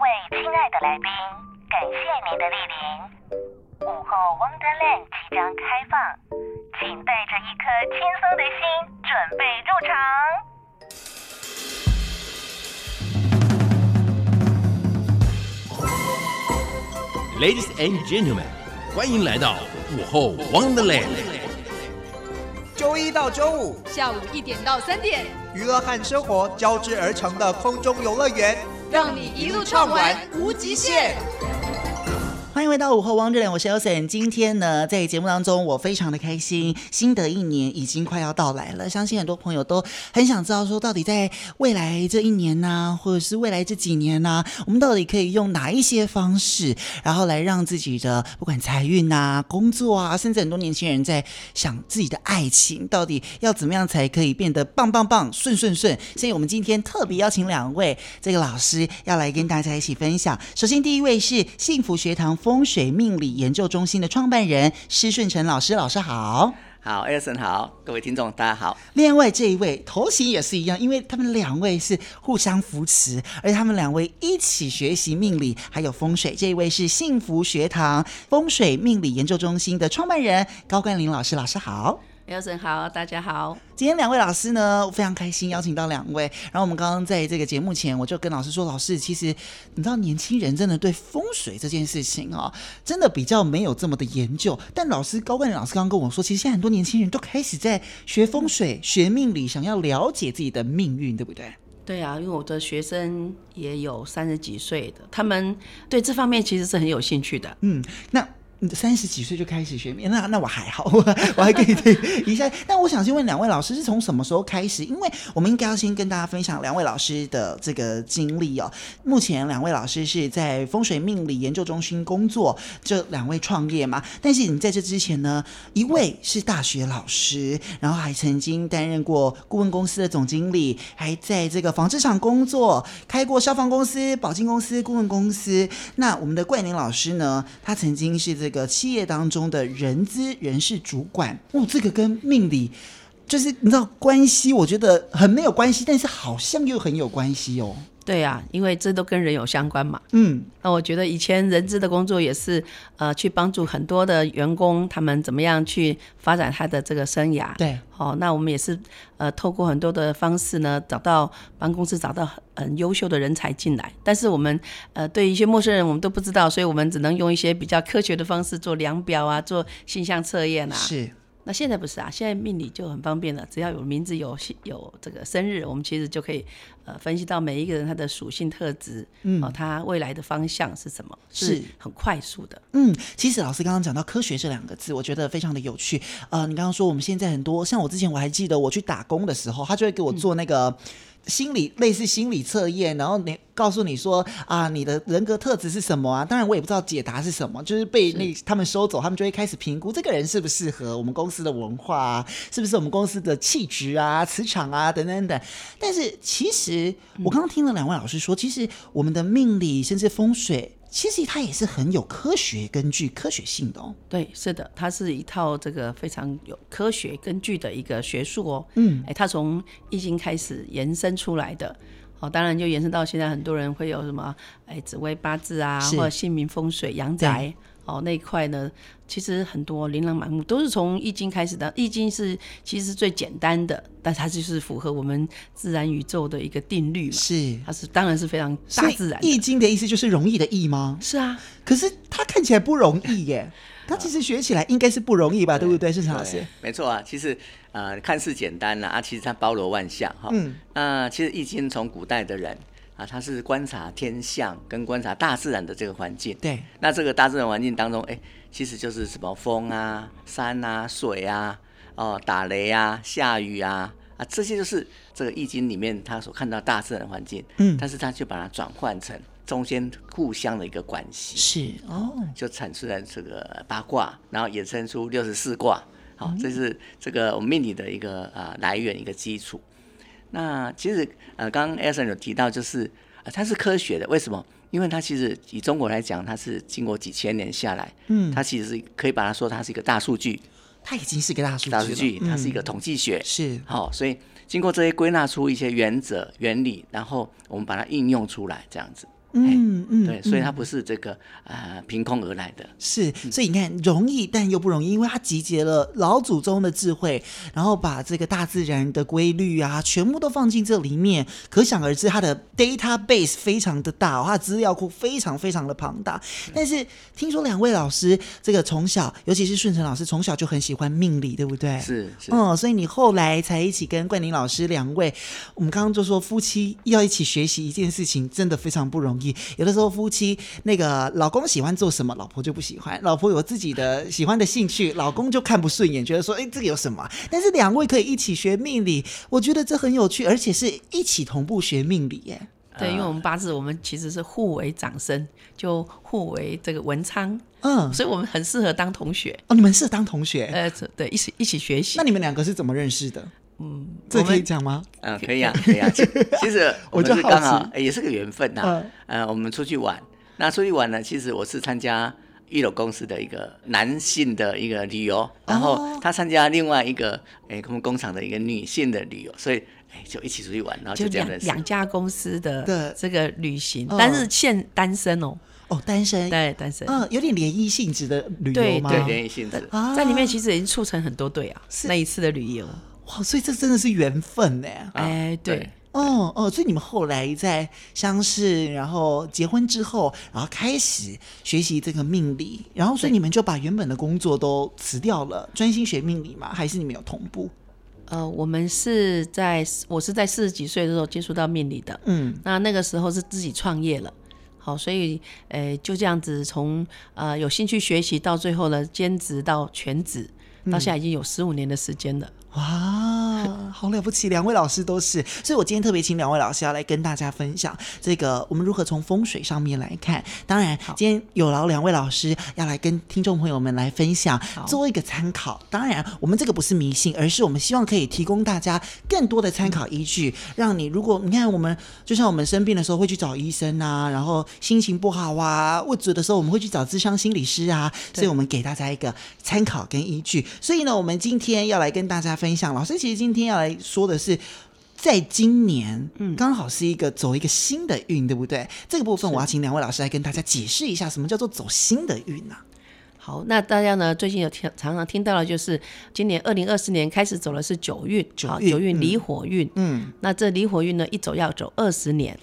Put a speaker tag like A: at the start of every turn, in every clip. A: 位亲爱的来宾，感谢您的莅临。午后 Wonderland 即将开放，请带着一颗轻松的心准备入场。
B: Ladies and gentlemen，欢迎来到午后 Wonderland。
C: 周一到周五，
D: 下午一点到三点，
C: 娱乐和生活交织而成的空中游乐园，
D: 让你一路畅玩无极限。
E: 欢迎回到午后汪之脸，我是 Elson。今天呢，在节目当中，我非常的开心，新的一年已经快要到来了。相信很多朋友都很想知道，说到底在未来这一年呐、或者是未来这几年呐、我们到底可以用哪一些方式，然后来让自己的不管财运呐、工作啊，甚至很多年轻人在想自己的爱情，到底要怎么样才可以变得棒棒棒、顺顺顺？所以我们今天特别邀请两位这个老师要来跟大家一起分享。首先，第一位是幸福学堂风水命理研究中心的创办人施顺成老师，老师好。
F: 好，艾森好，各位听众大家好。
E: 另外这一位头型也是一样，因为他们两位是互相扶持，而他们两位一起学习命理还有风水。这一位是幸福学堂风水命理研究中心的创办人高冠霖老师，老师好。
D: 艾森好，大家好。
E: 今天两位老师呢，我非常开心邀请到两位。然后我们刚刚在这个节目前，我就跟老师说，老师，其实你知道年轻人真的对风水这件事情哦，真的比较没有这么的研究。但老师高冠霖老师刚刚跟我说，其实现在很多年轻人都开始在学风水、学命理，想要了解自己的命运，对不 对？
D: 对啊，因为我的学生也有三十几岁的，他们对这方面其实是很有兴趣的。
E: 嗯，那你三十几岁就开始学面，那那我还好， 我我还可以听一下。但我想先问两位老师是从什么时候开始？因为我们应该要先跟大家分享两位老师的这个经历哦。目前两位老师是在风水命理研究中心工作，这两位创业嘛。但是你在这之前呢，一位是大学老师，然后还曾经担任过顾问公司的总经理，还在这个纺织厂工作，开过消防公司、保金公司、顾问公司。那我们的冠宁老师呢，他曾经是这个企业当中的人资人事主管。哦，这个跟命理就是你知道关系，我觉得很没有关系，但是好像又很有关系哦。
D: 对啊，因为这都跟人有相关嘛。
E: 嗯，
D: 那我觉得以前人资的工作也是，呃，去帮助很多的员工，他们怎么样去发展他的这个生涯。
E: 对，
D: 哦，那我们也是呃，透过很多的方式呢，找到帮公司找到很很优秀的人才进来。但是我们呃，对一些陌生人我们都不知道，所以我们只能用一些比较科学的方式做量表啊，做性向测验啊。
E: 是，
D: 那现在不是啊，现在命理就很方便了，只要有名字、有姓有这个生日，我们其实就可以呃分析到每一个人他的属性特质，
E: 嗯
D: 哦，他未来的方向是什么，
E: 是
D: 很快速的。
E: 嗯，其实老师刚刚讲到科学这两个字，我觉得非常的有趣。呃，你刚刚说我们现在很多，像我之前我还记得我去打工的时候，他就会给我做那个。心理类似心理测验，然后你告诉你说啊，你的人格特质是什么啊？当然我也不知道解答是什么，就是被那他们收走，他们就会开始评估这个人适不适合我们公司的文化啊，是不是我们公司的气质啊、磁场啊等等等。但是其实我刚刚听了两位老师说，其实我们的命理甚至风水，其实它也是很有科学根据、科学性的哦。
D: 对，是的，它是一套这个非常有科学根据的一个学术哦。
E: 嗯
D: 哎，它从易经开始延伸出来的。哦，当然就延伸到现在，很多人会有什么哎紫微八字啊，
E: 是
D: 或者姓名风水、阳宅哦那一块呢，其实很多琳琅满目，都是从易经开始的。易经是其实是最简单的，但它就是符合我们自然宇宙的一个定律嘛。
E: 是
D: 它是当然是非常大自然
E: 所以易
D: 的。
E: 经的意思就是容易的易吗？
D: 是啊，
E: 可是它看起来不容易 耶，它其实学起来应该是不容易吧，对不对，盛成老师
F: 对？，没错啊。其实呃，看似简单啦、啊，其实它包罗万象哈。
E: 嗯，
F: 那其实易经从古代的人啊，他是观察天象跟观察大自然的这个环境。
E: 对，
F: 那这个大自然环境当中，哎，其实就是什么风啊、山啊、水啊、哦、打雷啊、下雨啊啊，这些就是这个易经里面他所看到大自然环境。
E: 嗯
F: 但是他却把它转换成中间互相的一个关系。
E: 是哦，
F: 就产生了这个八卦，然后衍生出六十四卦。好、
E: 嗯
F: 这是这个我们命理的一个啊、呃来源一个基础。那其实呃，刚刚 Elson 有提到，就是、呃、它是科学的，为什么？因为它其实以中国来讲，它是经过几千年下来，
E: 嗯
F: 它其实是可以把它说它是一个大数据，
E: 它已经是个大数据了，
F: 大数据，它是一个
E: 嗯
F: 统计学，
E: 是
F: 好、所以经过这些归纳出一些原则、原理，然后我们把它应用出来，这样子。哎，
E: 嗯嗯，
F: 对，所以它不是这个啊凭空而来的。
E: 是，所以你看，容易但又不容易，因为它集结了老祖宗的智慧，然后把这个大自然的规律啊，全部都放进这里面。可想而知，它的 database 非常的大、哦，它的资料库非常非常的庞大。但是听说两位老师，这个从小，尤其是顺成老师，从小就很喜欢命理，对不对？。
F: 是是，
E: 嗯，所以你后来才一起跟冠霖老师两位，我们刚刚就说夫妻要一起学习一件事情，真的非常不容易。有的时候夫妻那个老公喜欢做什么，老婆就不喜欢；老婆有自己的喜欢的兴趣，老公就看不顺眼，觉得说，哎，这个有什么啊？但是两位可以一起学命理，我觉得这很有趣，而且是一起同步学命理耶。
D: 对，因为我们八字我们其实是互为长生，就互为这个文昌，
E: 嗯，
D: 所以我们很适合当同学。
E: 哦，你们是当同学，
D: 呃，对，一起一起学习
E: 那。你们两个是怎么认识的？嗯，这
D: 我
E: 可以
D: 们
E: 讲吗？
F: 嗯，可以啊，可以啊。其其实
E: 我
F: 我
E: 就
F: 们是
E: 好
F: 刚好
E: 奇
F: 呃也是个缘分呐、
E: 嗯
F: 呃，我们出去玩，那出去玩呢，其实我是参加一楼公司的一个男性的一个旅游，然后他参加另外一个诶，他们工厂的一个女性的旅游，所以诶就一起出去玩，然后
D: 就
F: 这样
D: 两
F: 认识。
D: 两家公司
E: 对
D: 的这个旅行
E: 嗯，
D: 但是现单身哦，
E: 哦，单身，
D: 对，单身，
E: 嗯，有点联谊性质的旅游
D: 对
E: 吗？
F: 对，联谊性质。
E: 啊
D: 在里面其实已经促成很多对啊，
E: 是啊
D: 那一次的旅游，
E: 哇，所以这真的是缘分呢。
F: 啊
D: 哎，对，
E: 哦哦，所以你们后来在相识，然后结婚之后，然后开始学习这个命理，然后所以你们就把原本的工作都辞掉了，专心学命理吗？还是你们有同步？
D: 呃，我们是在我是在四十几岁的时候接触到命理的，
E: 嗯，
D: 那那个时候是自己创业了。好，所以呃就这样子从呃有兴趣学习到最后呢，兼职到全职，
E: 嗯
D: 到现在已经有十五年的时间了。
E: 哇，好了不起！两位老师都是，所以我今天特别请两位老师要来跟大家分享这个我们如何从风水上面来看。当然，今天有劳两位老师要来跟听众朋友们来分享，做一个参考。当然，我们这个不是迷信，而是我们希望可以提供大家更多的参考依据，让你如果你看我们，就像我们生病的时候会去找医生啊，然后心情不好啊，或者的时候我们会去找智商心理师啊，所以我们给大家一个参考跟依据。所以呢，我们今天要来跟大家分享，老师其实今天要来说的是。在今年，嗯，刚好是一个走一个新的运，对不对？这个部分我要请两位老师来跟大家解释一下，什么叫做走新的运啊？
D: 好，那大家呢最近有听常常听到的就是今年二零二四年开始走的是九运，
E: 九
D: 好
E: 运
D: 九运
E: 嗯
D: 离火运，
E: 嗯，
D: 那这离火运呢一走要走二十年。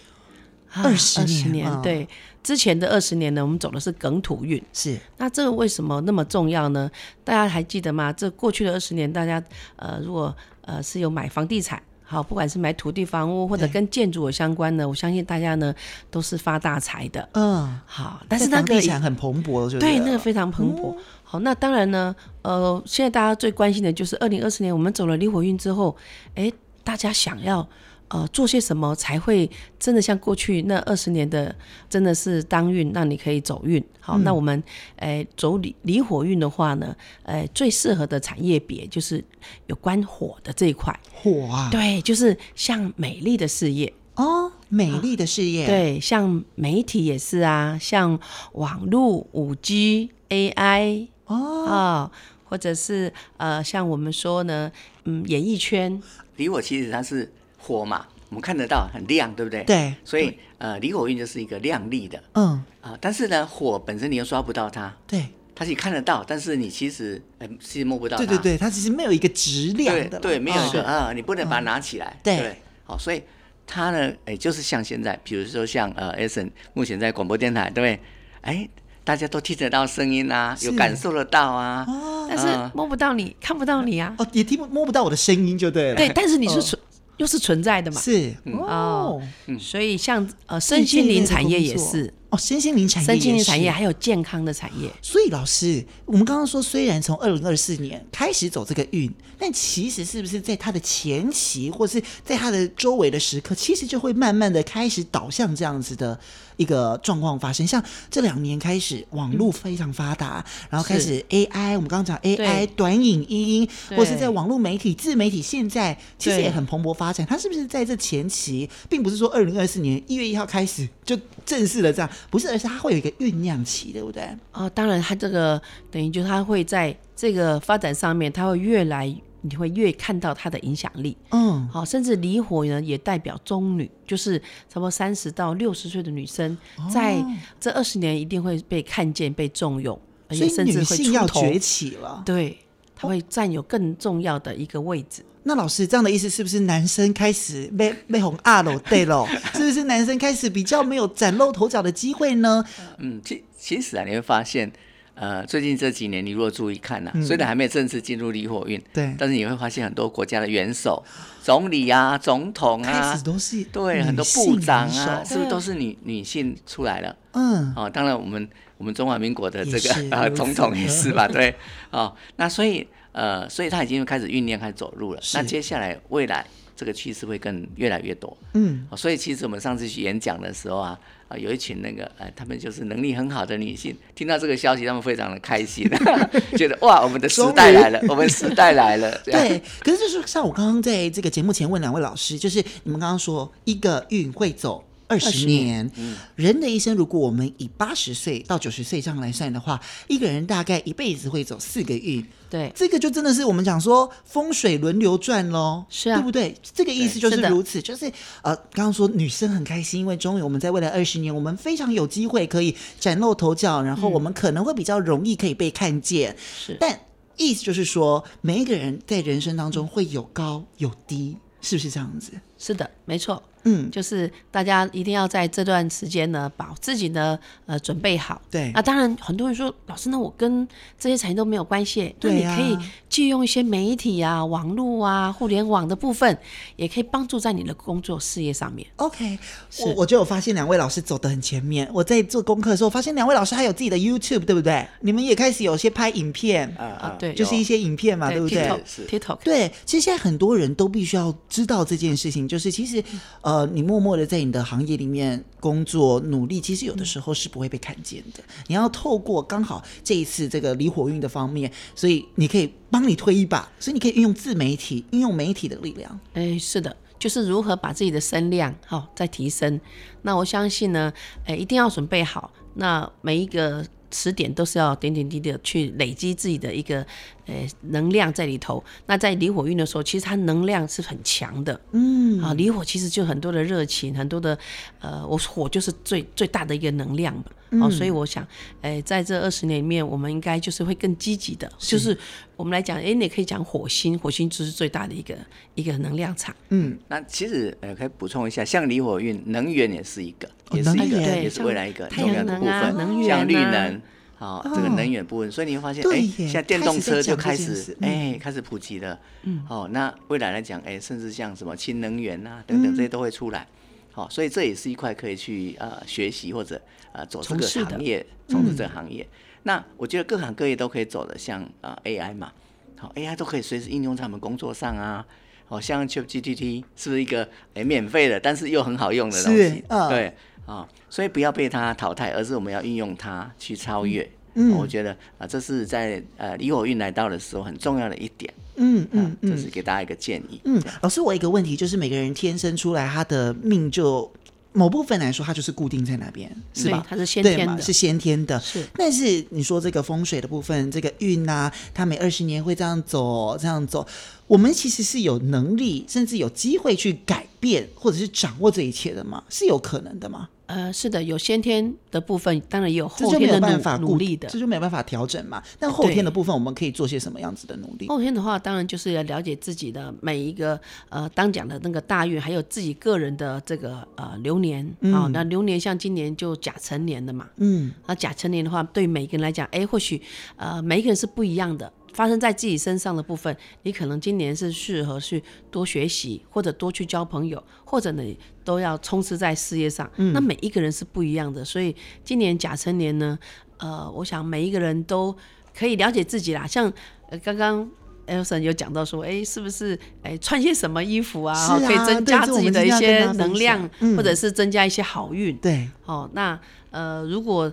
D: 啊
E: 20
D: 20
E: 年啊
D: 对，之前的二十年呢，我们走的是梗土运，
E: 是
D: 那这个为什么那么重要呢？大家还记得吗？这过去的二十年，大家呃，如果呃是有买房地产，好，不管是买土地、房屋或者
E: 对
D: 跟建筑有相关的，我相信大家呢都是发大财的。
E: 嗯，
D: 好，但是
E: 在
D: 那
E: 房
D: 个
E: 地产很蓬勃，就
D: 对嗯
E: 了
D: 那个非常蓬勃。好，那当然呢，呃，现在大家最关心的就是二零二四年我们走了离火运之后，哎，大家想要。呃，做些什么才会真的像过去那二十年的，真的是当运，让你可以走运。好，那我们，哎、走离离火运的话呢，哎、最适合的产业别就是有关火的这一块。
E: 火啊，
D: 对，就是像美丽的事业，
E: 哦，美丽的事业，
D: 对，像媒体也是啊，像网络、五 G、AI
E: 哦，
D: 啊、或者是呃，像我们说呢，嗯，演艺圈
F: 离火其实它是火嘛，我们看得到很亮，对不对？。
E: 对，
F: 所以呃，离火运就是一个亮丽的
E: 嗯，
F: 啊、但是呢，火本身你又抓不到它，
E: 对，
F: 它是看得到，但是你其实呃是摸不到
E: 对
F: 它。
E: 对对，它其实没有一个质量
F: 对
E: 的啦，
F: 对，没有一个
E: 哦
F: 啊，你不能把它拿起来。
E: 对
F: 好，所以它呢，哎，就是像现在，比如说像呃，Eason 目前在广播电台，对不对？哎，大家都听得到声音啊，有
E: 是
F: 感受得到啊。
D: 但是
F: 啊
D: 摸不到你，看不到你啊。
E: 哦，也听不摸不到我的声音就 对了，
D: 对，，但是你是存、又是存在的嘛。
E: 是
F: 嗯
E: 哦
D: 哦，所以像呃，
E: 这一
D: 身心
E: 类
D: 灵
E: 的
D: 产业
E: 工
D: 也
E: 作
D: 是，
E: 哦，身心灵产业，
D: 身心灵产业。还有健康的产业。
E: 所以老师，我们刚刚说，虽然从二零二四年开始走这个运，但其实是不是在它的前期，或是在它的周围的时刻，其实就会慢慢的开始导向这样子的一个状况发生。像这两年开始，网络非常发达，然后开始 AI，我们刚刚讲 AI
D: 对
E: 短影音，
D: 对
E: 或是在网络媒体、自媒体，现在其实
D: 对
E: 也很蓬勃发展。它是不是在这前期，并不是说二零二四年一月一号开始就正式的这样，不是，而是它会有一个酝酿期，对不对？
D: 哦，当然，它这个等于就它会在这个发展上面，它会越来你会越看到它的影响力。
E: 嗯，
D: 好，甚至离火呢也代表中女，就是差不多三十到六十岁的女生，
E: 哦
D: 在这二十年一定会被看见、被重用，而
E: 所
D: 且
E: 以
D: 甚至
E: 女
D: 会
E: 性
D: 出
E: 要
D: 头。
E: 崛起了。
D: 对，她会占有更重要的一个位置。
E: 那老师这样的意思是不是男生开始被被红二楼对喽？是不是男生开始比较没有崭露头角的机会呢？
F: 嗯，其其实啊，你会发现，呃，最近这几年你如果注意看呐、虽然还没有正式进入离火运，
E: 嗯对
F: 但是你会发现很多国家的元首、总理啊、总统
E: 开
F: 啊
E: 始，都是
F: 对，
E: 女
F: 很多
E: 性
F: 部长啊，
E: 元首
F: 是不是都是女女性出来了？
E: 嗯，
F: 哦，当然我们我们中华民国的这
E: 也是
F: 个 啊
E: 如此
F: 总统也 是吧，对，哦，那所以呃，所以他已经开始酝酿，开始走路了。那
E: 是
F: 接下来未来这个趋势会更越来越多。
E: 嗯
F: 哦所以其实我们上次去演讲的时候啊，啊有一群那个呃，他们就是能力很好的女性，听到这个消息，他们非常的开心， 觉得哇，我们的时代来了，我们时代来了。这样，
E: 对，可是就是像我刚刚在这个节目前问两位老师，就是你们刚刚说一个运会走。二十年，人的一生，如果我们以八十岁到九十岁这样来算的话，一个人大概一辈子会走四个运，
D: 对，
E: 这个就真的是我们讲说风水轮流转喽，
D: 是啊
E: 对不对？这个意思就是
D: 是的
E: 如此，就是呃，刚刚说女生很开心，因为终于我们在未来二十年，我们非常有机会可以崭露头角，然后
D: 嗯
E: 我们可能会比较容易可以被看见。
D: 是
E: 但意思就是说，每一个人在人生当中会有高有低，是不是这样子？
D: 是的，没错。
E: 嗯，
D: 就是大家一定要在这段时间呢，把自己呢呃准备好。
E: 对
D: 那当然，很多人说老师，那我跟这些产业都没有关系，那
E: 对
D: 你
E: 呀
D: 可以借用一些媒体啊、网络啊、互联网的部分，也可以帮助在你的工作事业上面。
E: OK，
D: 是
E: 我我就有发现两位老师走得很前面。我在做功课的时候，发现两位老师还有自己的 YouTube，对不对？你们也开始有些拍影片，
F: 啊啊
D: 对
E: 就是一些影片嘛，对不对？
F: 是
D: ？TikTok，TikTok，
E: 对，其实现在很多人都必须要知道这件事情，就是其实，呃，你默默的在你的行业里面工作努力，其实有的时候是不会被看见的。你要透过刚好这一次这个离火运的方面，所以你可以帮你推一把，所以你可以运用自媒体，运用媒体的力量。
D: 哎，是的，就是如何把自己的声量好、再提升。那我相信呢，哎，一定要准备好。那每一个词典都是要点点滴滴的去累积自己的一个呃能量在里头。那在离火运的时候，其实它能量是很强的。嗯，啊，离火其实就很多的热情，很多的呃，我火就是最最大的一个能量嘛。哦，所以我想，哎、在这二十年里面，我们应该就是会更积极的，就是我们来讲，哎、你也可以讲火星，火星就是最大的一个一个能量场。
E: 嗯
F: 那其实呃，可以补充一下，像离火运，能源也是一个，
E: 哦
F: 也是一个，
E: 能源
F: 也是未来一个
D: 像
F: 重要的部
D: 太阳
F: 分，
D: 能啊能源啊
F: 像绿能。好、这个能源部分，所以你会发现，
E: 对
F: 哎，
E: 耶
F: 现在电动车就开
E: 开始在讲这件
F: 始
E: 事，嗯
F: 哎，开始普及了。嗯，哦，那未来来讲，哎，甚至像什么氢能源啊等等，这些都会出来。好、所以这也是一块可以去呃学习或者呃走这
D: 从
F: 个
D: 事的
F: 行业，从事这个行业。那我觉得各行各业都可以走的，像啊、呃 AI 嘛，好、AI 都可以随时应用在我们工作上啊。好、像 ChatGPT 是不是一个诶免费的，但是又很好用的东
E: 是
F: 西？
E: 嗯
F: 对啊、所以不要被它淘汰，而是我们要运用它去超越。
E: 嗯
F: 哦我觉得啊、这是在呃离火运来到的时候很重要的一点。
E: 嗯
F: 啊
E: 嗯嗯
F: 这是给大家一个建议。
E: 嗯，老师，我有一个问题就是，每个人天生出来他的命就某部分来说，他就是固定在那边，是吧
D: 对？它是先
E: 对
D: 天
E: 嘛
D: 的
E: 是先天的。
D: 是
E: 但是你说这个风水的部分，这个运啊，它每二十年会这样走，这样走。我们其实是有能力，甚至有机会去改变，或者是掌握这一切的嘛，是有可能的嘛？
D: 呃，是的，有先天的部分，当然也有
E: 这
D: 后
E: 就没有
D: 天的
E: 办法
D: 努
E: 固
D: 努力的
E: 这。就没有办法调整嘛。但后天的部分，我们可以做些什么样子的努力？
D: 后天的话，当然就是要了解自己的每一个呃当讲的那个大运，还有自己个人的这个呃流年啊、那流年像今年就甲辰年的嘛，
E: 嗯，
D: 那甲辰年的话，对每个人来讲，哎，或许呃每一个人是不一样的。发生在自己身上的部分，你可能今年是适合去多学习，或者多去交朋友，或者你都要充实在事业上。
E: 嗯
D: 那每一个人是不一样的，所以今年甲辰年呢，呃，我想每一个人都可以了解自己啦。像呃刚刚 Elson 有讲到说，哎，是不是哎穿些什么衣服啊，
E: 是啊
D: 可以增加
E: 对这我
D: 自己
E: 们
D: 的一
E: 今天要
D: 些
E: 跟大家分
D: 能量
E: 享，嗯
D: 或者是增加一些好运。
E: 对，
D: 哦，那呃，如果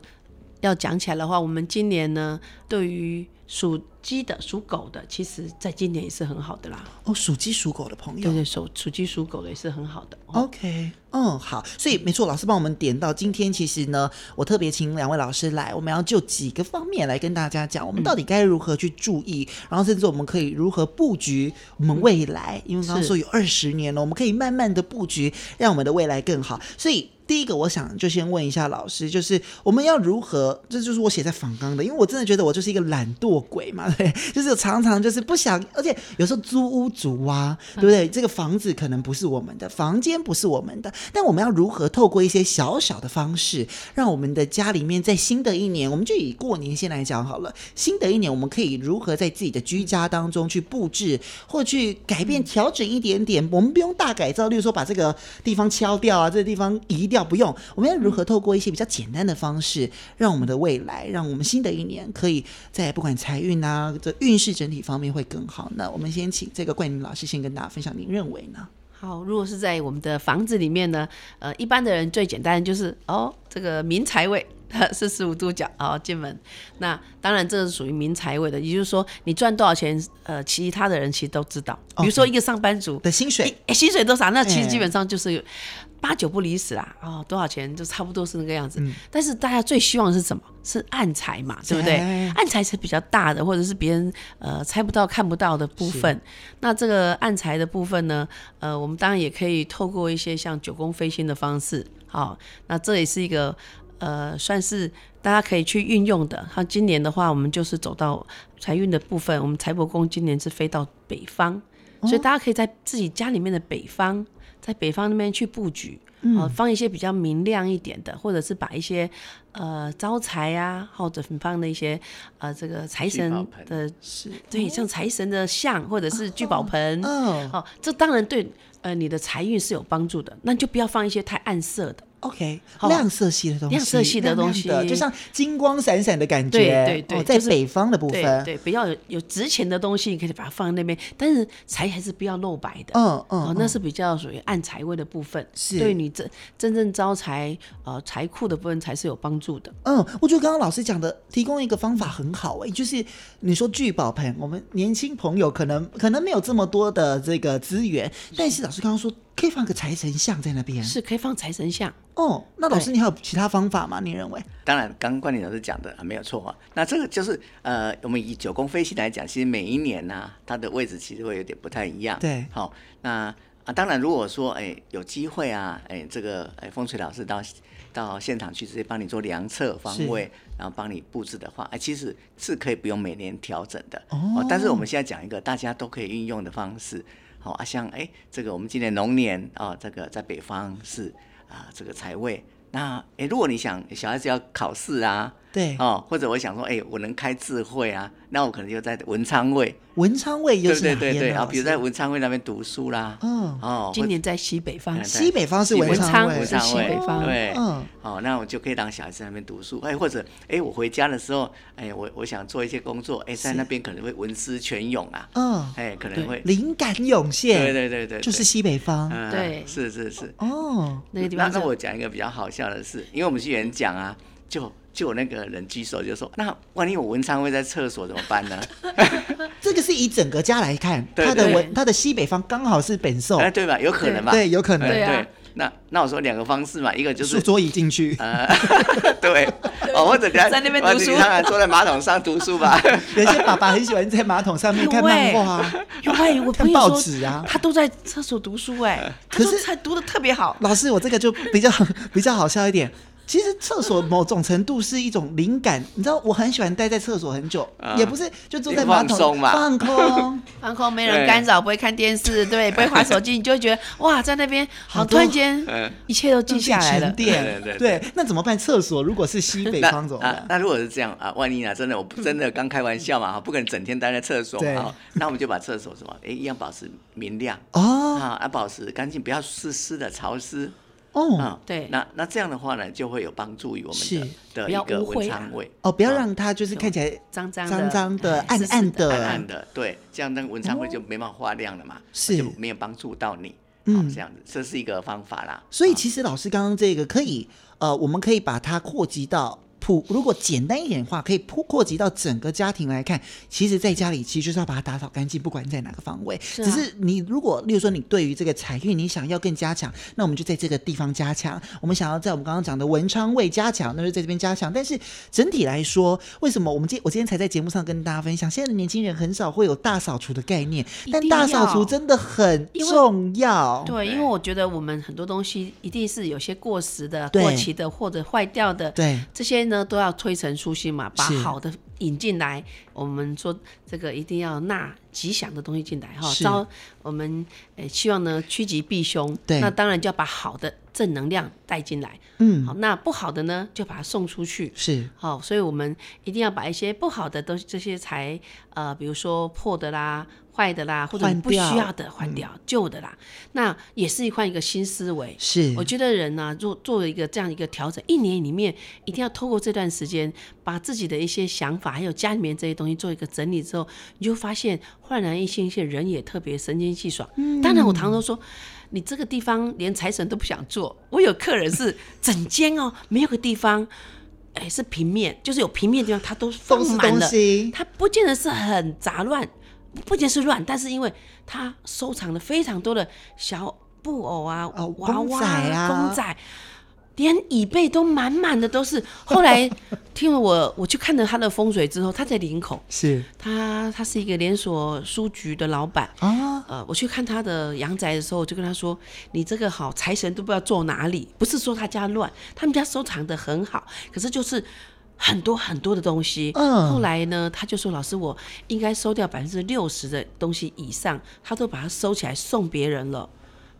D: 要讲起来的话，我们今年呢，对于属鸡的、属狗的，其实在今年也是很好的啦。
E: 哦，属鸡属狗的朋友
D: 对。对，属属鸡属狗的也是很好的。哦，
E: OK，嗯，好，所以没错，老师帮我们点到今天，其实呢，我特别请两位老师来，我们要就几个方面来跟大家讲，我们到底该如何去注意，然后甚至我们可以如何布局我们未来，因为刚刚
D: 是
E: 说有二十年了，我们可以慢慢的布局，让我们的未来更好，所以。第一个，我想就先问一下老师，就是我们要如何？这就是我写在访纲的，因为我真的觉得我就是一个懒惰鬼嘛， 对，就是常常就是不想，而且有时候租屋族啊，对不对？这个房子可能不是我们的，房间不是我们的，但我们要如何透过一些小小的方式，让我们的家里面在新的一年，我们就以过年先来讲好了。新的一年，我们可以如何在自己的居家当中去布置，或去改变、调整一点点？我们不用大改造，例如说把这个地方敲掉啊，这个地方移掉，不用。我们要如何透过一些比较简单的方式，让我们的未来，让我们新的一年可以在不管财运啊、这运势整体方面会更好呢？我们先请这个冠宁老师先跟大家分享，您认为呢？
D: 好，如果是在我们的房子里面呢，呃，一般的人最简单就是哦，这个明财位。 是十五度角哦，进门。那当然，这是属于明财位的，也就是说，你赚多少钱，呃，其他的人其实都知道。比如说，一个上班族
E: 的薪水哎
D: 欸薪水多少？那其实基本上就是有八九不离十啦，哦，多少钱就差不多是那个样
E: 嗯
D: 子。但是大家最希望的是什么？是暗财嘛，对不对
E: 对？
D: 暗财是比较大的，或者是别人呃猜不到、看不到的部分。那这个暗财的部分呢，呃，我们当然也可以透过一些像九宫飞星的方式，哦好、那这也是一个呃，算是大家可以去运用的。好，今年的话，我们就是走到财运的部分，我们财帛宫今年是飞到北方，所以大家可以在自己家里面的北方，在北方那边去布局。哦，放一些比较明亮一点的，或者是把一些呃招财啊，或者很放的一些呃这个财
F: 聚宝
D: 神
F: 盆
D: 的，对，像财神的像或者是聚宝盆，
E: 哦
D: 哦，这当然对呃你的财运是有帮助的，那你就不要放一些太暗色的。
E: OK，
D: 好
E: 亮色系的东西，
D: 亮色系的东西
E: 亮亮的就像金光闪闪的感觉。
D: 对对对
E: 哦，在
D: 就是
E: 北方的部
D: 对
E: 分，
D: 对，比较有有值钱的东西，你可以把它放在那边，但是财还是不要露白的。
E: 嗯嗯
D: 哦，那是比较属于暗财位的部分，
E: 是
D: 对你真真正招财呃财库的部分才是有帮助的。
E: 嗯，我觉得刚刚老师讲的提供一个方法很好诶、就是你说聚宝盆，我们年轻朋友可能可能没有这么多的这个资源，但是老师刚刚说可以放个财神像在那边。
D: 是可以放财神像，
E: 哦，那老师
D: 对啊
E: 你还有其他方法吗？你认为？
F: 当然，刚刚冠霖老师讲的啊没有错啊。那这个就是呃，我们以九宫飞行来讲，其实每一年呢、它的位置其实会有点不太一样。
E: 对
F: 好，那啊，当然如果说哎有机会啊，哎这个哎风水老师到到现场去直接帮你做量测方位，然后帮你布置的话，哎其实是可以不用每年调整的。哦，但是我们现在讲一个大家都可以运用的方式。好啊，像哎，这个我们今年龙年啊、这个在北方是啊、这个财位。那哎，如果你想小孩子要考试啊，
E: 对
F: 哦，或者我想说，哎，我能开智慧啊，那我可能就在文昌位，
E: 文昌位又
F: 对
E: 是
F: 对
E: 哪
F: 对
E: 边
F: 对，
E: 呢
F: 啊，
E: 老
F: 比如
E: 师
F: 在文昌位那边读书啦，
E: 嗯
F: 哦，
D: 今年在西北方
F: 或者
E: 西北方是文
D: 文
E: 昌
D: 昌
E: 位，
F: 文
D: 是
F: 昌
D: 西
F: 位
D: 北方
F: 对，
E: 嗯
F: 哦，那我就可以让小孩子在那边读书，哎，或者哎，我回家的时候，哎，我我想做一些工作，哎，在那边可能会文思泉涌啊，
E: 嗯，
F: 哎，可能会，
E: 灵感涌现，
F: 对对对对，
E: 就是
F: 对
E: 西北方。
F: 嗯
D: 对
F: 是是是，
D: 嗯
E: 哦，
D: 那个地
F: 那
D: 方
F: 那
D: 是
F: 我讲一个比较好笑的事，因为我们去演讲啊，就就有那个人举手就说，那万一我文昌位在厕所怎么办呢？
E: 这个是以整个家来看，
F: 对
E: 它的
D: 对
E: 文，它的西北方刚好是本寿，
F: 哎，对吧？有可能吧？
E: 哦对，有可能
F: 哎
D: 对啊
F: 那那我说两个方式嘛，一个就是
E: 数 桌椅进去，
F: 呃，对，哦，或者在
D: 在那边读书
F: 当然坐在马桶上读书 吧。
E: 有些爸爸很喜欢在马桶上面看漫画 啊。
D: 有哎，我
E: 看
D: 朋友
E: 报
D: 说
E: 纸啊
D: 他都在厕所读书哎，他
E: 可
D: 说
E: 是
D: 他读的特别好。
E: 老师，我这个就比较 比较好笑一点。其实厕所某种程度是一种灵感，你知道，我很喜欢待在厕所很久，
F: 啊
E: 也不是就坐在马桶
F: 放松嘛
E: 放 空，
D: 放空没
F: 对
D: 人干扰，不会看电视，对，不会划手机，你就会觉得哇，在那边
E: 好
D: 好，
E: 多
D: 突然间
F: 嗯
D: 一切都静下来
E: 让
D: 了
E: 自。己沉淀。
F: 对对对
E: 那怎么办？厕所如果是西北
F: 那
E: 方怎么
F: 啊
E: 办？，
F: 那如果是这样啊，万一啊，真的我不真的刚开玩笑嘛，哈不可能整天待在厕所
E: 对
F: 嘛，哈那我们就把厕所什么，哎，一样保持明亮
E: 哦
F: 啊，啊，保持干净，不要湿湿的、潮湿
E: 哦
F: 啊。
D: 对
F: 那那这样的话呢，就会有帮助于我
E: 是
F: 们的的
D: 不
F: 一
D: 要
F: 个
D: 污秽啊
F: 文昌位
E: 哦，不要
F: 啊
E: 让它就是看起来
D: 脏脏的
E: 脏脏的、
D: 哎
E: 暗
D: 湿湿
E: 暗
D: 的
E: 的、
F: 暗暗的，对，这样那个文昌会就没办法化亮了嘛，
E: 是
F: 就没有帮助到你，好
E: 嗯
F: 这样子，这是一个方法啦。
E: 所以
F: 啊
E: 其实老师刚刚这个可以，呃，我们可以把它扩及到。普如果简单一点的话，可以扩扩及到整个家庭来看。其实，在家里其实就是要把它打扫干净，不管在哪个方位。
D: 啊
E: 只是你如果，例如说你对于这个财运你想要更加强，那我们就在这个地方加强。我们想要在我们刚刚讲的文昌位加强，那就在这边加强。但是整体来说，为什么我们今我今天才在节目上跟大家分享，现在的年轻人很少会有大扫除的概念，
D: 一
E: 但
D: 定
E: 大扫除
D: 要
E: 真的很
D: 因为
E: 重
F: 哦
E: 要。
D: 对，因为我觉得我们很多东西一定是有些过时的、
E: 对
D: 过期的或者坏掉的，
E: 对
D: 这些呢都要推陈出新嘛，把
E: 是
D: 好的引进来。我们说这个一定要纳吉祥的东西进来哈，
E: 是
D: 招我们呃希望呢趋吉避凶，
E: 对
D: 那当然就要把好的正能量带进来，
E: 嗯
D: 好，那不好的呢就把它送出去，
E: 是
D: 好、所以我们一定要把一些不好的东西，这些才呃，比如说破的啦、坏的啦，或者
E: 换
D: 你不需
E: 掉嗯
D: 要的换掉、旧的啦，那也是换一个新思维。
E: 是，
D: 我觉得人呢、做做一个这样一个调整，一年里面一定要透过这段时间，把自己的一些想法，还有家里面这些东西做一个整理之后，你就发现焕然一新，一些人也特别神清气爽。当然，我常常都说。你这个地方连财神都不想做，我有客人是整间哦，没有个地方，哎，是平面，就是有平面的地方，他都放
E: 都是
D: 满
E: 东
D: 了，
E: 西，
D: 它不见得是很杂乱，不见得是乱，但是因为它收藏了非常多的小布偶啊、
E: 哦
D: 娃
E: 公
D: 娃
E: 仔啊
D: 公仔。连椅背都满满的都是。后来听了我，我去看了他的风水之后，他在林口，
E: 是
D: 他他是一个连锁书局的老板。
E: 啊，
D: 呃，我去看他的阳宅的时候，我就跟他说：“你这个好财神都不知道坐哪里，不是说他家乱，他们家收藏的很好，可是就是很多很多的东西。”
E: 嗯
D: 后来呢，他就说：“老师，我应该收掉百分之六十的东西以上，他都把它收起来送别人了，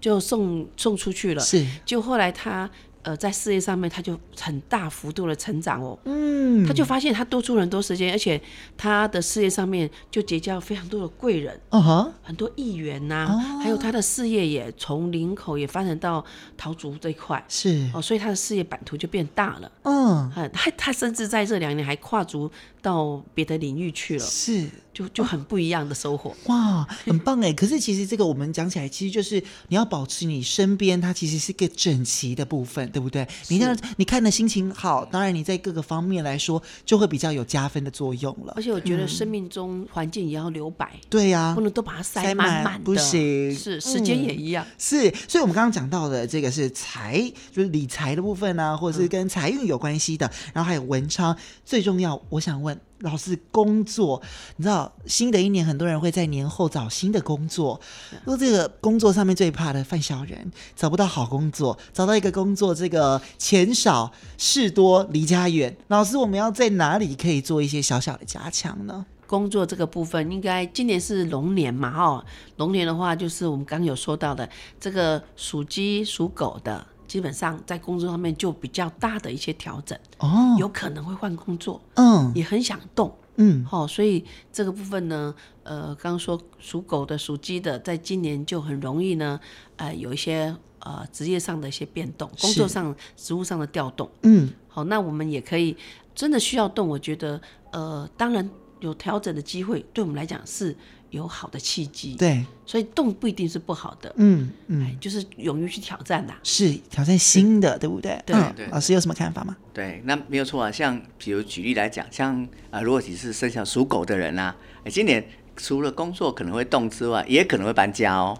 D: 就送送出去了。”
E: 是
D: 就后来他呃在事业上面他就很大幅度的成长哦，
E: 嗯，
D: 他就发现他多出了很多时间，而且他的事业上面就结交非常多的贵人。
E: 哦哈，
D: 很多议员呐、
E: 哦
D: 还有他的事业也从林口也发展到桃竹这一块，
E: 是，
D: 哦，所以他的事业版图就变大了。
E: 嗯，
D: 嗯，他他甚至在这两年还跨足到别的领域去了，
E: 是。
D: 就就很不一样的收获。
E: 哇，很棒哎！可是其实这个我们讲起来，其实就是你要保持你身边，它其实是一个整齐的部分，对不对？你让你看的心情好，当然你在各个方面来说就会比较有加分的作用了
D: 而。且我
E: 嗯
D: 觉得生命中环境也要留白，
E: 对呀、
D: 不能都把它塞
E: 啊塞满
D: 满满的，
E: 不行嗯
D: 是时间也一样。
E: 是，所以我们刚刚讲到的这个是财，就是理财的部分呢、或者是跟财运有关系的，然后还有文昌，最重要，我想问老师，工作，你知道新的一年很多人会在年后找新的工作，说这个工作上面最怕的犯小人，找不到好工作，找到一个工作这个钱少事多离家远，老师，我们要在哪里可以做一些小小的加强呢？
D: 工作这个部分，应该今年是龙年嘛，哦，龙年的话就是我们刚有说到的，这个属鸡、属狗的，基本上在工作上面就比较大的一些调整，
E: 哦，
D: 有可能会换工作，
E: 嗯
D: 也很想动，
E: 嗯，
D: 哦，所以这个部分呢，呃，刚刚说属狗的、属鸡的，在今年就很容易呢，呃，有一些呃职业上的一些变动，工作
E: 是
D: 上、职务上的调动，
E: 嗯，
D: 好，那我们也可以真的需要动，我觉得呃，当然有调整的机会，对我们来讲是有好的契机。，
E: 对，
D: 所以动不一定是不好的，
E: 嗯嗯。
D: 哎，就是勇于去挑战啦。
E: 是挑战新的，对不对？
D: 对
E: 嗯
F: 对
E: 老师有什么看法吗？
F: 对，那没有错啊。像比如举例来讲，像啊、呃如果你是生肖属狗的人啊，哎今年除了工作可能会动之外，也可能会搬家哦。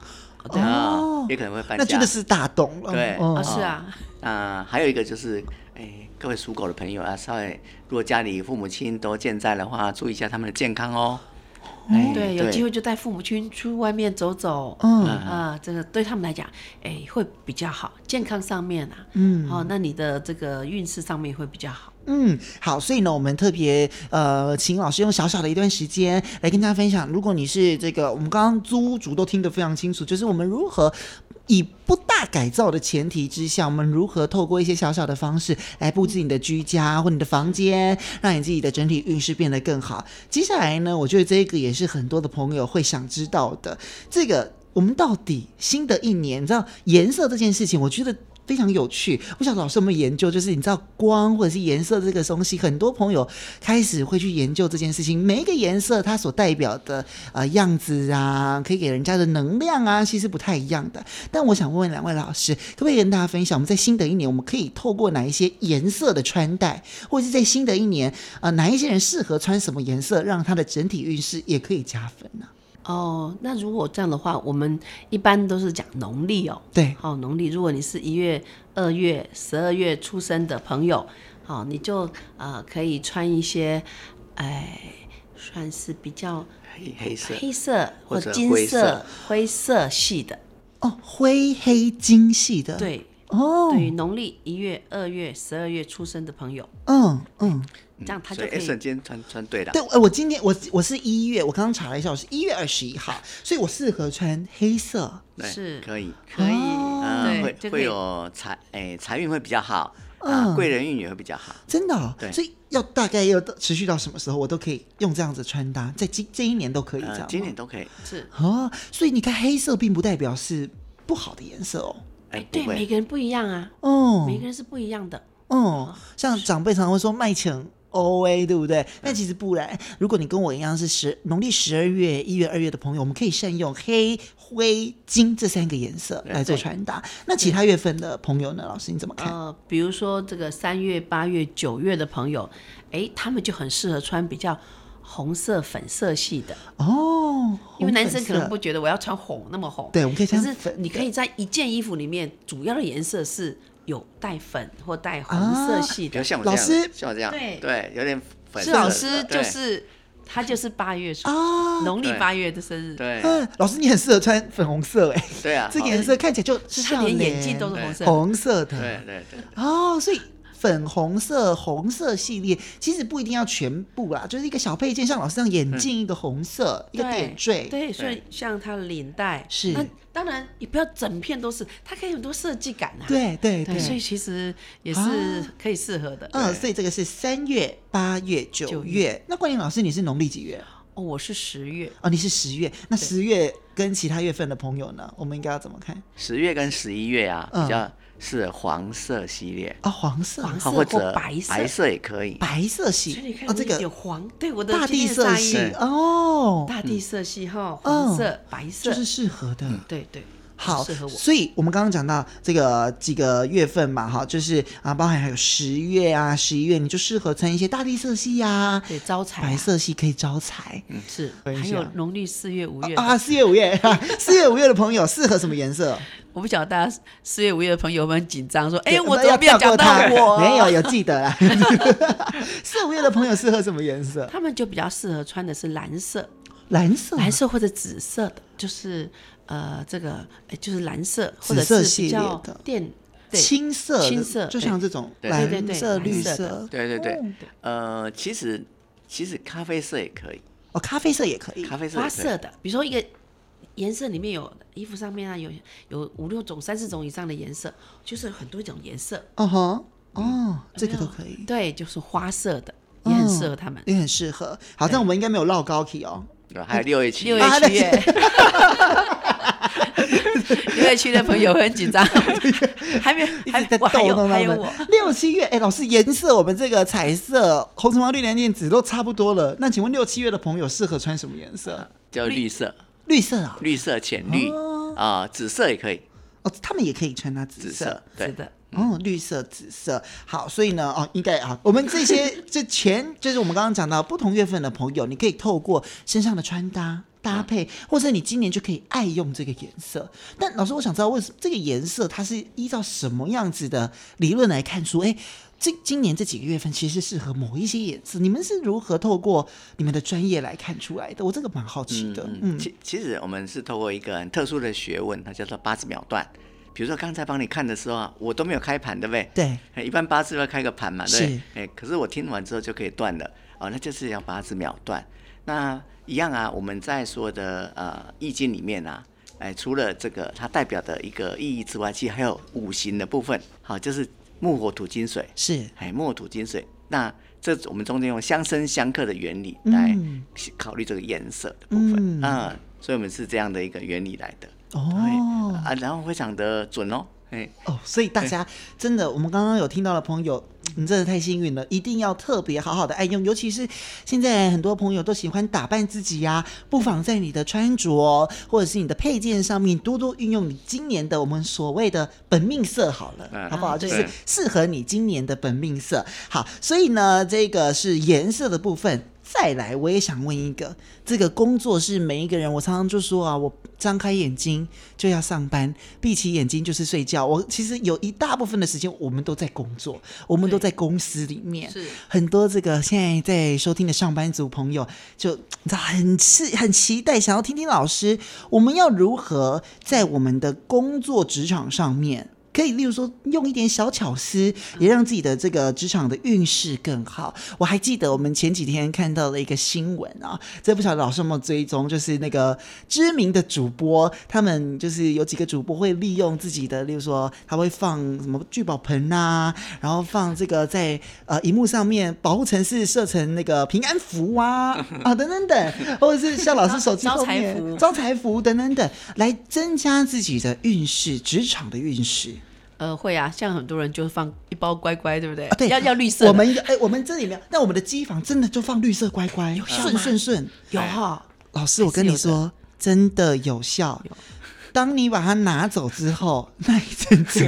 D: 对
F: 啊
E: 哦
F: 也可能会搬家。
E: 那真的是大动了。
F: 对
E: 嗯
F: 哦
D: 啊，是啊，
F: 那还有一个就是，哎，各位属狗的朋友啊，稍微如果家里父母亲都健在的话，注意一下他们的健康哦。哎
D: 对，有机会就带父母亲去外面走走。
E: 嗯，
D: 啊、这个对他们来讲，哎，会比较好，健康上面啊，
E: 嗯
D: 哦，那你的这个运势上面会比较好。
E: 嗯，好，所以呢，我们特别呃，请老师用小小的一段时间来跟大家分享，如果你是这个，我们刚刚租屋主都听得非常清楚，就是我们如何。以不大改造的前提之下，我们如何透过一些小小的方式来布置你的居家或你的房间，让你自己的整体运势变得更好？接下来呢，我觉得这个也是很多的朋友会想知道的，这个我们到底新的一年，你知道颜色这件事情，我觉得非常有趣。我想老师有没有研究，就是你知道光或者是颜色这个东西，很多朋友开始会去研究这件事情。每一个颜色它所代表的呃样子啊，可以给人家的能量啊，其实不太一样的。但我想问问两位老师，可不可以跟大家分享，我们在新的一年，我们可以透过哪一些颜色的穿戴，或者是在新的一年，呃，哪一些人适合穿什么颜色，让他的整体运势也可以加分呢、
D: 哦，那如果这样的话，我们一般都是讲农历哦。
E: 对
D: 好、农历，如果你是一月、二月、十二月出生的朋友，好、你就呃可以穿一些，哎，算是比较
F: 黑黑色，
D: 黑色
F: 或
D: 或
F: 者
D: 金
F: 灰色
D: 色、灰色系的。
E: 哦，灰黑精细
F: 嗯
E: 的，，
D: 对，
E: 哦，
D: 对于农历一月、二月、十二月出生的朋友，
E: 嗯嗯，
D: 这样他
F: 所
D: 就
F: 以
D: 可
F: S 今
D: 以
F: 天穿穿对了
E: 对，，呃，我今天我我是一月，我刚刚查了一下，我是一月二十一号，所以我适合穿黑色。
F: 对
D: 是
F: 可以，
D: 可以，
F: 啊，
D: 哦对，
F: 会
D: 就可
F: 会
D: 以。
F: 有财哎财运会比较好，
E: 嗯
F: 啊，贵人运也会比较好。
E: 真的、哦，
F: 对
E: 所以要大概要到持续到什么时候，我都可以用这样子穿搭，在今这一年都可以这样吗、
F: 呃，今年都可以，
D: 是
E: 哦，所以你看黑色并不代表是不好的颜色哦，
F: 哎，不
D: 对每
F: 会，嗯
D: 个人不一样啊，
E: 哦
D: 每个人是不一样的。
E: 哦，像长辈常常会说卖钱 O A，对不对？但其实不然，如果你跟我一样是十农历十二月、一月、二月的朋友，我们可以善用黑、灰、金这三个颜色来做穿搭。那其他月份的朋友呢？老师你怎么看？
D: 呃，比如说这个三月、八月、九月的朋友，诶，他们就很适合穿比较红色、粉色系的，
E: 哦，
D: 因为
E: 红
D: 男
E: 粉
D: 生可能
E: 色
D: 不觉得我要穿红那么红。
E: 对我们可以
D: 可
E: 穿
D: 是
E: 粉
D: 你
E: 的
D: 可以在一件衣服里面，主要的颜色是有带粉或带红
E: 啊
D: 色系
F: 比
D: 的。
F: 如像我
E: 老
F: 这样
E: 师
F: 的，像我这样，
D: 对
F: 对，有点粉
D: 是
F: 色的。
D: 老师
F: 对
D: 就是他就是八月出
E: 啊
D: 农历
F: 对
D: 八月的生日，
F: 对
E: 嗯，老师你很适合穿粉红色哎，
F: 对啊，
E: 这个
F: 好
E: 颜色看起来就是
D: 呃是他连眼镜都是
F: 对
D: 红色的。
E: 红色的，
F: 对对对，
E: 哦，所以粉红色、红色系列其实不一定要全部啦，就是一个小配件，像老师这样眼镜一个红色，一个
D: 对
E: 点缀，
D: 对，所以
F: 对
D: 像它的领带
E: 是
D: 那当然也不要整片都是，它可以很多设计感啊。
E: 对对
D: 对，所以
E: 对。
D: 其实也是
E: 啊
D: 可以适合的。
E: 嗯，
F: 对
E: 所以这个是三月、八月、九
D: 九
E: 月。那冠霖老师，你是农历几月？
D: 哦，我是十月，
E: 哦，你是十月。那十月跟其他月份的朋友呢？我们应该要怎么看？
F: 十月跟十一月啊，
E: 嗯
F: 比较适合黄色系列，
E: 啊、黄色、
D: 黄色
F: 好或
D: 或
F: 者
D: 白色
F: 白色也可以。
E: 白色
D: 所以
E: 系
D: 你看
E: 哦，这
D: 我有
E: 个
D: 黄，对我的
E: 大地
D: 今天的
E: 色
D: 大衣
E: 系
F: 对
E: 哦，
D: 大地色系哈，
E: 嗯
D: 黄色、白色，
E: 就是适合的。
D: 对对，
E: 好，
D: 适合我。
E: 所以我们刚刚讲到这个几个月份嘛，哈，就是啊，包含还有十月啊、十一月，你就适合穿一些大地色系呀、啊，
D: 对，招财啊
E: 白色系可以招财。
D: 是，
E: 等一
D: 嗯还
E: 下
D: 有农历四月、五月的
E: 啊，四月五月， 四月五月的朋友适合什么颜色？
D: 我不晓得大家四月、五月的朋友们紧张，说：“哎、
E: 对
D: 我
E: 们
D: 怎么
E: 要
D: 没
E: 跳
D: 有讲
E: 过
D: 到
E: 它
D: 我？”
E: 没有，有记得啦。 四五月的朋友适合什么颜色？
D: 他们就比较适合穿的是蓝色、
E: 蓝色，
D: 蓝色或者紫色的，就是呃，这个哎就是蓝色或
E: 紫
D: 者
E: 色
D: 是
E: 系
D: 比
E: 列
D: 较
E: 的
D: 电对
E: 青色的，
D: 青色
E: 就像这种
F: 对
E: 蓝
D: 对对对
E: 色、
D: 蓝
E: 绿
D: 色的
E: 色，
F: 对对对
E: 哦，
F: 呃，其实其实咖啡色也可以，
E: 哦，咖啡色也可以。
F: 咖啡色
D: 花
F: 也可
D: 色
F: 以。
D: 的，比如说一个颜色里面有衣服上面啊有有五六种、三四种以上的颜色，就是很多种颜色，
E: 哦吼，哦，这个
D: 嗯有没
E: 都
D: 有
E: 可以。嗯
D: 对，就是花色的也很适合他们。
E: 也很适合。好，但我们应该没有绕高 key 哦。
F: 对还有六月七
D: 嗯
F: 月
D: 六月
E: 啊
D: 区 耶，六月区的朋友会很 紧张，还没
E: 一
D: 还
E: 直在
D: 我还
E: 逗
D: 有
E: 弄
D: 还
E: 他
D: 有
E: 们
D: 我。。
E: 六七月，哎、老师颜色我们这个彩色、红橙黄绿蓝靛紫都差不多了。那请问六七月的朋友适合穿什么颜
D: 呃
E: 色？
F: 叫绿色，
E: 绿色啊，
F: 绿色浅绿
E: 哦
F: 啊，紫色也可以，
E: 哦，他们也可以穿它紫
F: 紫
E: 色。
F: 色对
D: 是。的，
E: 哦，绿色、紫色，好，所以呢，哦，应该啊，我们这 些这前就是我们刚刚讲到不同月份的朋友，你可以透过身上的穿搭搭配，或者你今年就可以爱用这个颜色。但老师，我想知道为什么这个颜色它是依照什么样子的理论来看出？哎，这今年这几个月份其实适合某一些颜色，你们是如何透过你们的专业来看出来的？我这个蛮好奇的，嗯，
F: 其其实我们是透过一个很特殊的学问，它叫做八字秒断。比如说刚才帮你看的时候啊，我都没有开盘，对不对？
E: 对
F: 哎。一般八字要开个盘嘛，对不对
E: 是。
F: 哎，可是我听完之后就可以断了，哦，那就是要八字秒断。那一样啊，我们在说的呃易经里面啊，哎，除了这个它代表的一个意义之外，其实还有五行的部分，好、就是木火土金水。
E: 是
F: 哎，木土金水，那这我们中间用相生相克的原理来
E: 嗯
F: 考虑这个颜色的部分，
E: 嗯
F: 啊，所以我们是这样的一个原理来的，
E: 哦
F: 对，啊，然后非常的准哦，哎，
E: 哦，所以大家真的，我们刚刚有听到的朋友，你真的太幸运了，一定要特别好好的爱用，尤其是现在很多朋友都喜欢打扮自己呀、啊不妨在你的穿着或者是你的配件上面多多运用你今年的我们所谓的本命色好了，
F: 嗯
E: 好不好？
D: 啊
E: 就
D: 对
E: 是适合你今年的本命色。好，所以呢，这个是颜色的部分。再来，我也想问一个，这个工作是每一个人，我常常就说啊，我张开眼睛就要上班，闭起眼睛就是睡觉。我其实有一大部分的时间，我们都在工作，我们都在公司里面。
D: 是
E: 很多这个现在在收听的上班族朋友，就你知道很期很期待，想要听听老师，我们要如何在我们的工作职场上面，可以例如说用一点小巧思，也让自己的这个职场的运势更好。我还记得我们前几天看到了一个新闻啊，这不晓得老师有没有追踪，就是那个知名的主播，他们就是有几个主播会利用自己的，例如说他会放什么聚宝盆啊，然后放这个在呃荧幕上面保护城市设成那个平安符啊 啊等等等，或者是像老师手机
D: 招
E: 后
D: 财
E: 面
D: 符
E: 招财符等等等，来增加自己的运势，职场的运势。
D: 呃，会啊，像很多人就放一包乖乖，对不对？
E: 啊对，
D: 要要绿色的。
E: 我们哎、我们这里面，但我们的机房真的就放绿色乖乖，顺顺顺，有哈。老师，我跟你说，真的有效。当你把它拿走之后， 那一阵子，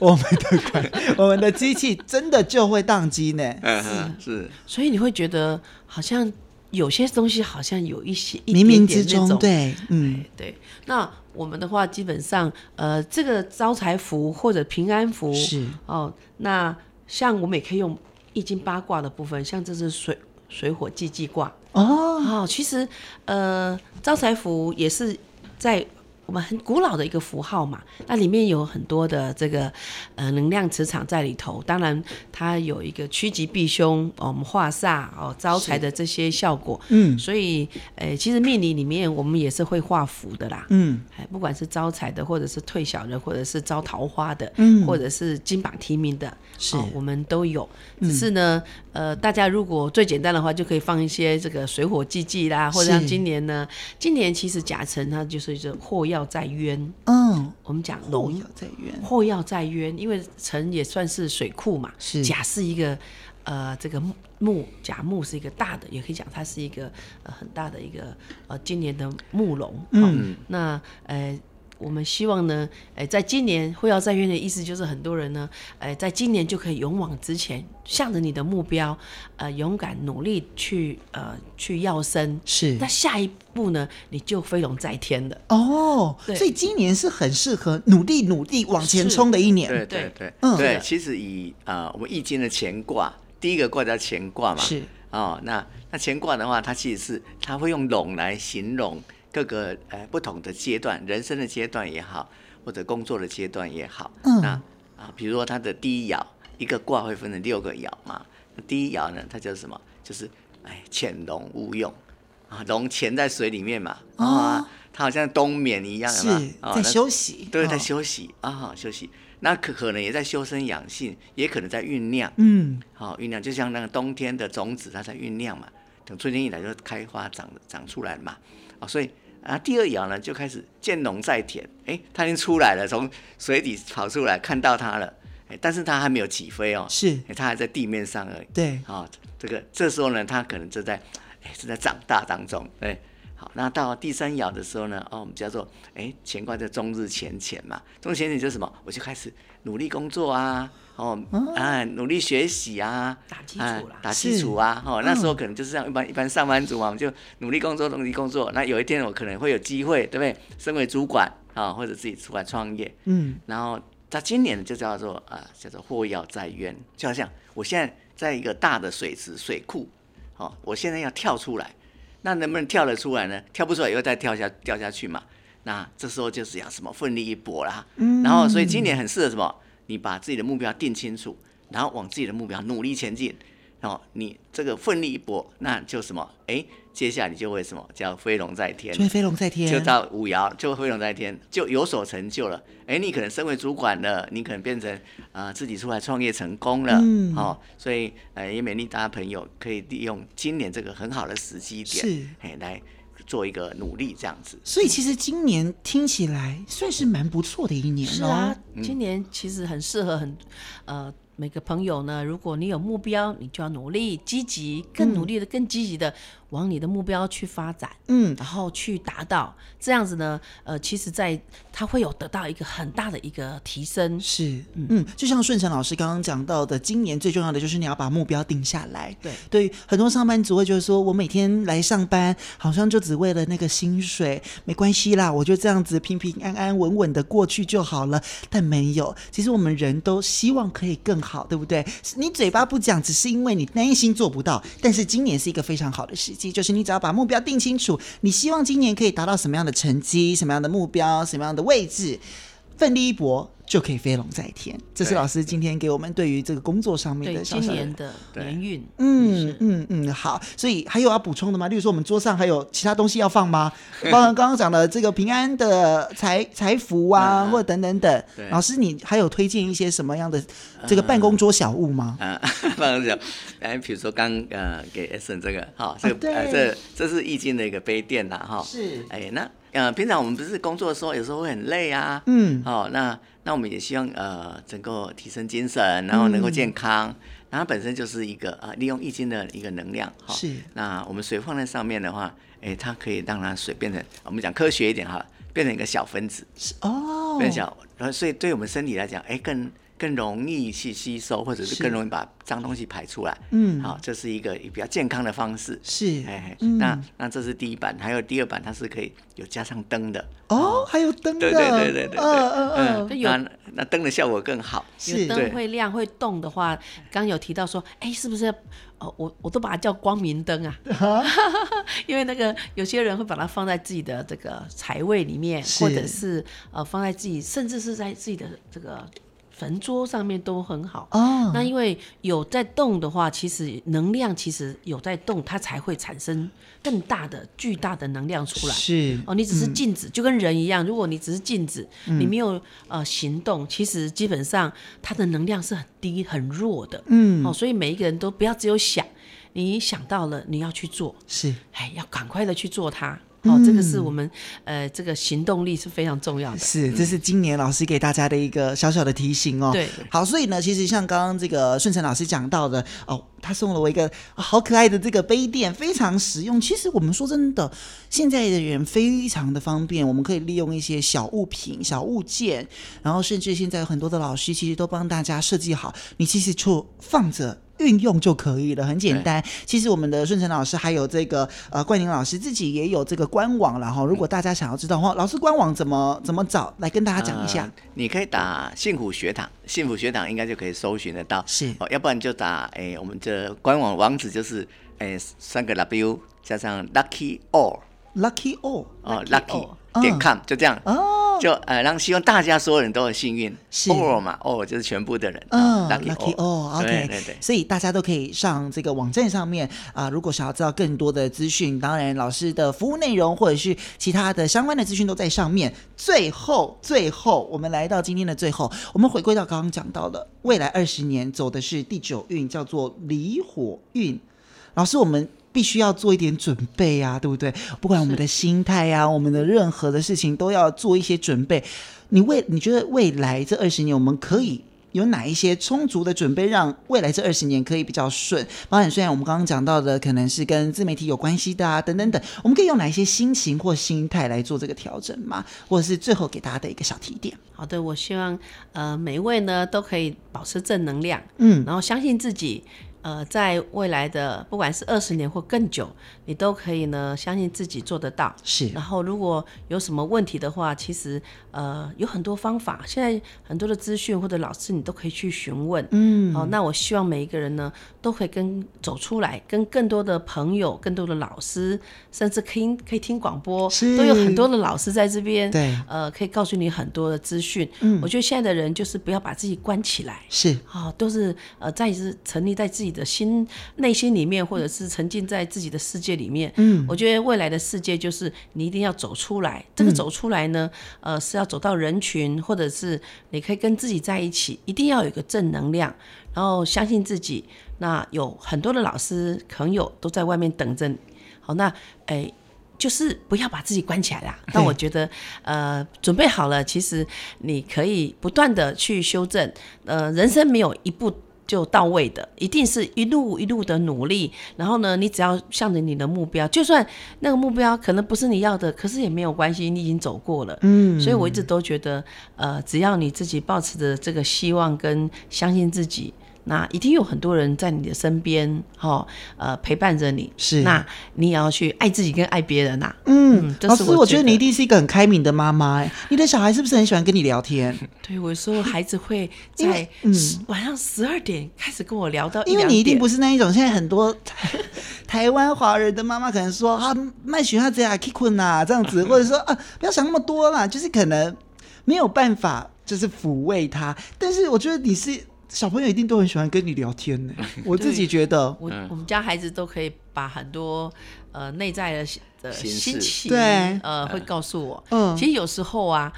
E: 我们的乖，我们的机器真的就会宕机呢。
F: 嗯哼，是
D: 所以你会觉得好像有些东西好像有一些一
E: 冥冥
D: 点
E: 之
D: 点那
E: 中，
D: 种
E: 对，嗯
D: 哎，对。那我们的话，基本上呃，这个招财符或者平安符
E: 是
D: 哦。那像我们也可以用易经八卦的部分，像这是水水火既济卦
E: 哦，
D: 哦。其实呃，招财符也是在。我们很古老的一个符号嘛，那里面有很多的这个呃能量磁场在里头。当然，它有一个趋吉避凶、哦、我们化煞、哦招财的这些效果。
E: 嗯
D: 所以，呃，其实命理里面我们也是会画符的啦。
E: 嗯，
D: 哎，不管是招财的，或者是退小人，或者是招桃花的，
E: 嗯
D: 或者是金榜题名的，
E: 是
D: 哦我们都有。只是呢，呃，大家如果最简单的话，就可以放一些这个水火既济啦，或者像
E: 是
D: 今年呢，今年其实甲辰它就是这祸要在渊，
E: 嗯，
D: 我们讲
E: 后
D: 龙
E: 有在远，
D: 祸要在渊，因为辰也算是水库嘛，
E: 是
D: 甲是一个呃这个木木甲木是一个大的，也可以讲它是一个呃很大的一个呃今年的木龙。
E: 嗯
D: 哦那呃。我们希望呢，呃，在今年会要在渊的意思就是很多人呢，呃，在今年就可以勇往直前，向着你的目标，呃，勇敢努力去呃去要生。
E: 是
D: 那下一步呢，你就飞龙在天了。
E: 哦，
D: 对
E: 所以今年是很适合努力努力往前
D: 是
E: 冲的一年，
F: 对
D: 对
F: 对对，
E: 嗯
F: 对，其实以啊、呃我们易经的乾卦，第一个卦叫乾卦嘛，
E: 是
F: 哦，那那乾卦的话，它其实是它会用龙来形容各个呃不同的阶段，人生的阶段也好，或者工作的阶段也好，
E: 嗯
F: 那啊，比如说它的第一爻，一个卦会分成六个爻嘛，那第一爻呢，它叫什么？就是哎潜龙勿用啊，龙潜在水里面嘛，啊，它好像冬眠一样，有
E: 哦是
F: 没有哦
E: 在
F: 那
E: 休息，
F: 对，
E: 哦
F: 在，休息啊、休息。那可可能也在修身养性，也可能在酝酿，
E: 嗯，
F: 好、酝酿，就像那个冬天的种子，它在酝酿嘛，等春天一来就开花长长出来了嘛，啊、所以啊，第二爻呢就开始见龙在田，哎，它已经出来了，从水底跑出来，看到它了，哎，但是它还没有起飞哦，
E: 是
F: 哎它还在地面上而已，
E: 对
F: 啊、这个这时候呢，它可能正在哎正在长大当中，哎，好，那到第三爻的时候呢，哦，我们叫做哎乾卦叫中日乾乾嘛，中日乾乾就是什么？我就开始努力工作啊，哦，啊，努力学习啊，
D: 打基础啦嗯
F: 啊打基础啊，哦，那时候可能就是这样，一般一般上班族嘛，我们就努力工作，努力工作，那有一天我可能会有机会，对不对？身为主管啊、或者自己出来创业，
E: 嗯，
F: 然后他今年就叫做啊、叫做祸要在渊，就好像我现在在一个大的水池水库，哦，我现在要跳出来，那能不能跳得出来呢？跳不出来又再跳下掉下去嘛。那这时候就是要什么奋力一搏啦。嗯，然后所以今年很适合什么？你把自己的目标定清楚，然后往自己的目标努力前进。哦，你这个奋力一搏，那就什么？哎，接下来你就会什么叫飞龙在天，
E: 就会飞龙在天，
F: 就到五爻，就飞龙在天，就有所成就了。哎，你可能身为主管了，你可能变成啊、呃自己出来创业成功了，
E: 嗯
F: 哦，所以呃也勉励大家朋友可以利用今年这个很好的时机点，
E: 是
F: 哎来做一个努力这样子。
E: 所以其实今年听起来算是蛮不错的一年哦。
D: 是啊，今年其实很适合很，呃，每个朋友呢，如果你有目标，你就要努力、积极、更努力的、更积极的往你的目标去发展，
E: 嗯，
D: 然后去达到。这样子呢，呃，其实在他会有得到一个很大的一个提升。
E: 是，嗯，就像顺成老师刚刚讲到的，今年最重要的就是你要把目标定下来。
D: 对
E: 对于很多上班族会觉得说，我每天来上班好像就只为了那个薪水，没关系啦，我就这样子平平安安、稳稳的过去就好了。但没有，其实我们人都希望可以更好，对不对？你嘴巴不讲，只是因为你内心做不到。但是今年是一个非常好的时机，就是你只要把目标定清楚，你希望今年可以达到什么样的成绩、什么样的目标、什么样的位置。奋力一搏就可以飞龙在天。这是
F: 对
E: 老师今天给我们对于这个工作上面
D: 对
E: 的小
D: 今
E: 小的
D: 年的
F: 对
D: 年运，
E: 嗯
D: 是
E: 嗯嗯，好。所以还有要补充的吗？例如说，我们桌上还有其他东西要放吗？包 括刚刚讲的这个平安的财财福啊，
F: 嗯嗯
E: 或者等等等。
F: 对
E: 老师，你还有推荐一些什么样的这个办公桌小物吗？
F: 啊， 放讲，哎，比如说刚呃给 S N 这个哈，这个、
E: 哦对
F: 呃这这是易经的一个杯垫啦哈，
E: 是
F: 哎那呃平常我们不是工作的时候有时候会很累啊，
E: 嗯
F: 哦那那我们也希望呃能够提升精神，然后能
E: 嗯
F: 够健康，然后它本身就是一个呃利用易经的一个能量哈，
E: 是
F: 那我们水放在上面的话，哎它可以让它水变成我们讲科学一点哈，变成一个小分子，
E: 哦，
F: 分享，然后所以对我们身体来讲，哎，更更容易去吸收，或者是
E: 是
F: 更容易把脏东西排出来。
E: 嗯
F: 好，这是一个比较健康的方式。
E: 是
F: 哎，
E: 嗯
F: 那那这是第一版，还有第二版，它是可以有加上灯的。
E: 哦，还有灯的，
F: 对对对对对对，
E: 嗯嗯嗯，
F: 嗯
D: 就有
F: 那那灯的效果更好。
E: 是
D: 有
F: 对
D: 灯会亮会动的话，刚有提到说，哎，是不是要？哦，我我都把它叫光明灯啊， 因为那个有些人会把它放在自己的这个财位里面，
E: 是
D: 或者是呃放在自己，甚至是在自己的这个坟桌上面都很好。
E: 哦，
D: 那因为有在动的话，其实能量其实有在动，它才会产生更大的、巨大的能量出来。
E: 是嗯
D: 哦，你只是静止，就跟人一样。如果你只是静止，你没有呃行动，其实基本上它的能量是很低、很弱的。
E: 嗯
D: 哦，所以每一个人都不要只有想，你想到了你要去做，
E: 是。
D: 哎，要赶快的去做它。哦，这个是我们呃这个行动力是非常重要的。
E: 嗯是，这是今年老师给大家的一个小小的提醒哦。
D: 对，
E: 好，所以呢，其实像刚刚这个顺成老师讲到的哦，他送了我一个、啊好可爱的这个杯垫，非常实用。其实我们说真的，呃现在的人非常的方便，我们可以利用一些小物品、小物件，然后甚至现在有很多的老师其实都帮大家设计好，你其实就放着。运用就可以了，很简单。其实我们的顺成老师还有这个呃冠宁老师自己也有这个官网了哈。如果大家想要知道的话，老师官网怎么怎么找，来跟大家讲一下。
F: 呃你可以打幸福学堂，幸福学堂应该就可以搜寻得到。
E: 是
F: 哦，要不然就打哎、我们这官网网址就是哎、三个 W 加上 Lucky All。
E: Lucky All
F: 哦
D: Lucky
F: ，lucky
E: all
F: 点
E: 嗯
F: com 就这样，
E: 哦，
F: 就呃让希望大家所有人都很幸运
E: 是
F: ，all 嘛，all 就是全部的人，
E: 嗯
F: 哦
E: ，Lucky
F: all，
E: 哦
F: 对
E: ，OK，
F: 对对，
E: 所以大家都可以上这个网站上面啊、如果想要知道更多的资讯，当然老师的服务内容或者是其他的相关的资讯都在上面。最后，最后，我们来到今天的最后，我们回归到刚刚讲到的，未来二十年走的是第九运，叫做离火运。老师，我们必须要做一点准备啊，对不对？不管我们的心态啊，我们的任何的事情都要做一些准备。你未你觉得未来这二十年，我们可以有哪一些充足的准备，让未来这二十年可以比较顺？包含虽然我们刚刚讲到的，可能是跟自媒体有关系的啊，等等等，我们可以用哪一些心情或心态来做这个调整吗？或者是最后给大家的一个小提点？
D: 好的，我希望呃每一位呢都可以保持正能量，
E: 嗯，
D: 然后相信自己，呃，在未来的不管是二十年或更久，你都可以呢相信自己做得到。
E: 是
D: 然后如果有什么问题的话，其实呃有很多方法，现在很多的资讯或者老师你都可以去询问。嗯，好、那我希望每一个人呢都可以跟走出来，跟更多的朋友、更多的老师，甚至可以可以听广播，
E: 是
D: 都有很多的老师在这边。
E: 对
D: 呃，可以告诉你很多的资讯。嗯，我觉得现在的人就是不要把自己关起来。
E: 是
D: 哦，都是呃，在是沉溺在自己的心内心里面，或者是沉浸在自己的世界里面。嗯，我觉得未来的世界就是你一定要走出来。这个走出来呢，呃，是要走到人群，或者是你可以跟自己在一起，一定要有一个正能量，然后相信自己。那有很多的老师朋友都在外面等着你。好，那诶。就是不要把自己关起来啦。但
E: 对
D: 我觉得，呃，准备好了，其实你可以不断的去修正。呃，人生没有一步就到位的，一定是一路一路的努力。然后呢，你只要向着你的目标，就算那个目标可能不是你要的，可是也没有关系，你已经走过了。嗯，所以我一直都觉得，呃，只要你自己保持着这个希望跟相信自己。那一定有很多人在你的身边，哦，呃，陪伴着你。
E: 是
D: 那你也要去爱自己跟爱别人呐、
E: 嗯
D: 嗯，这
E: 老
D: 是
E: 师，
D: 我
E: 我
D: 觉
E: 觉得你
D: 得
E: 一定是一个很开明的妈妈。哎，你的小孩是不是很喜欢跟你聊天？
D: 对，我说孩子会
E: 因
D: 在
E: 为嗯
D: 十晚上十二点开始跟我聊到
E: 因为你一定不
D: 是
E: 是那一种，现在很多 台湾华人的妈妈可能说啊，卖学校这样 kick 困啊，这样子，或者说啊，不要想那么多啦，就是可能没有办法，就是抚慰他。但是我觉得你是小朋友，一定都很喜欢跟你聊天 呢、我自己觉得，
D: 我
F: 嗯
D: 我们家孩子都可以把很多呃内在的呃
F: 心事
D: 心情
E: 对
D: 呃会告诉我。
E: 嗯
D: 其实有时候啊，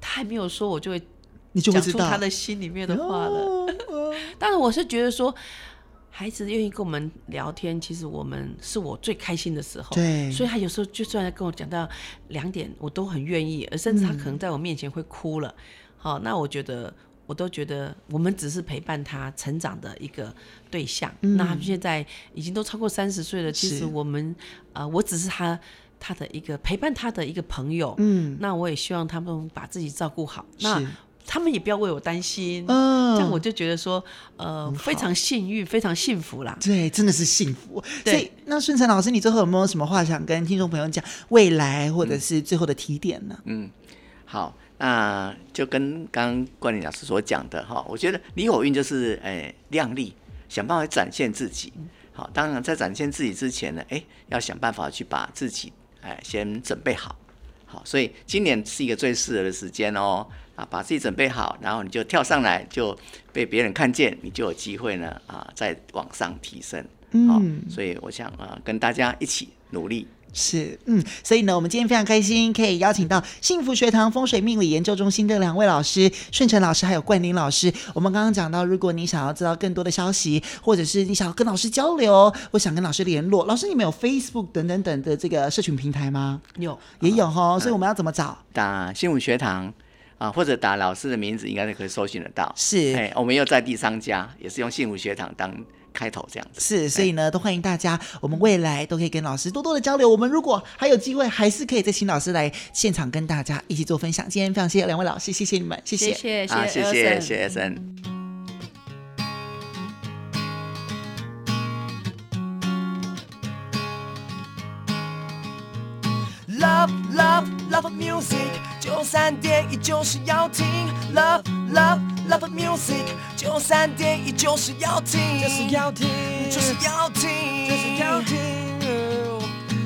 D: 他还没有说，我就会
E: 你就会
D: 讲
E: 知
D: 出
E: 道
D: 他的心里面的话了。
E: 哦哦
D: 但是我是觉得说，孩子愿意跟我们聊天，其实我们是我最开心的时候。
E: 对
D: 所以他有时候就算跟我讲到两点，我都很愿意，而甚至他
E: 嗯
D: 可能在我面前会哭了。好、那我觉得。我都觉得我们只是陪伴他成长的一个对象。那他们现在已经都超过三十岁了，
E: 嗯
D: 其
E: 是
D: 实我们，呃，我只是他他的一个陪伴他的一个朋友。
E: 嗯，
D: 那我也希望他们把自己照顾好。那
E: 是
D: 他们也不要为我担心。
E: 嗯
D: 这样我就觉得说，呃，非常幸运，非常幸福啦。
E: 对，真的是幸福。所
D: 对
E: 以，那顺成老师，你最后有没有什么话想跟听众朋友讲？未来或者是最后的提点呢？
F: 好，那就跟刚刚冠霖老师所讲的哈，我觉得李火运就是诶、呃靓丽，想办法展现自己。好，当然在展现自己之前呢，哎、要想办法去把自己哎、先准备好。好，所以今年是一个最适合的时间哦，啊，把自己准备好，然后你就跳上来，就被别人看见，你就有机会呢啊，再往上提升。好，所以我想啊，跟大家一起努力。
E: 是，嗯，所以呢，我们今天非常开心，可以邀请到幸福学堂风水命理研究中心的两位老师，顺成老师还有冠霖老师。我们刚刚讲到，如果你想要知道更多的消息，或者是你想要跟老师交流，或想跟老师联络，老师你们有 Facebook 等等等的这个社群平台吗？
D: 有
E: 也有哈，所以我们要怎么找？
F: 打新武学堂啊，或者打老师的名字，应该是可以搜寻得到。
E: 是
F: 哎，我们又在第三家，也是用信武学堂当开头这样子。
E: 是，所以呢，都欢迎大家，我们未来都可以跟老师多多的交流。我们如果还有机会，还是可以再请老师来现场跟大家一起做分享。今天非常谢谢两位老师，谢谢你们，谢谢
D: 谢
F: 啊，谢谢，谢谢 S N。
G: Love Love Love Music 九三点一就是要听 Love Love Love Music 九三点一就是要听，就是要听，就是要听，就是要听，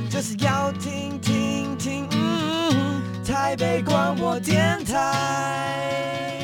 G: 就是要听听听，嗯，台北广播电台。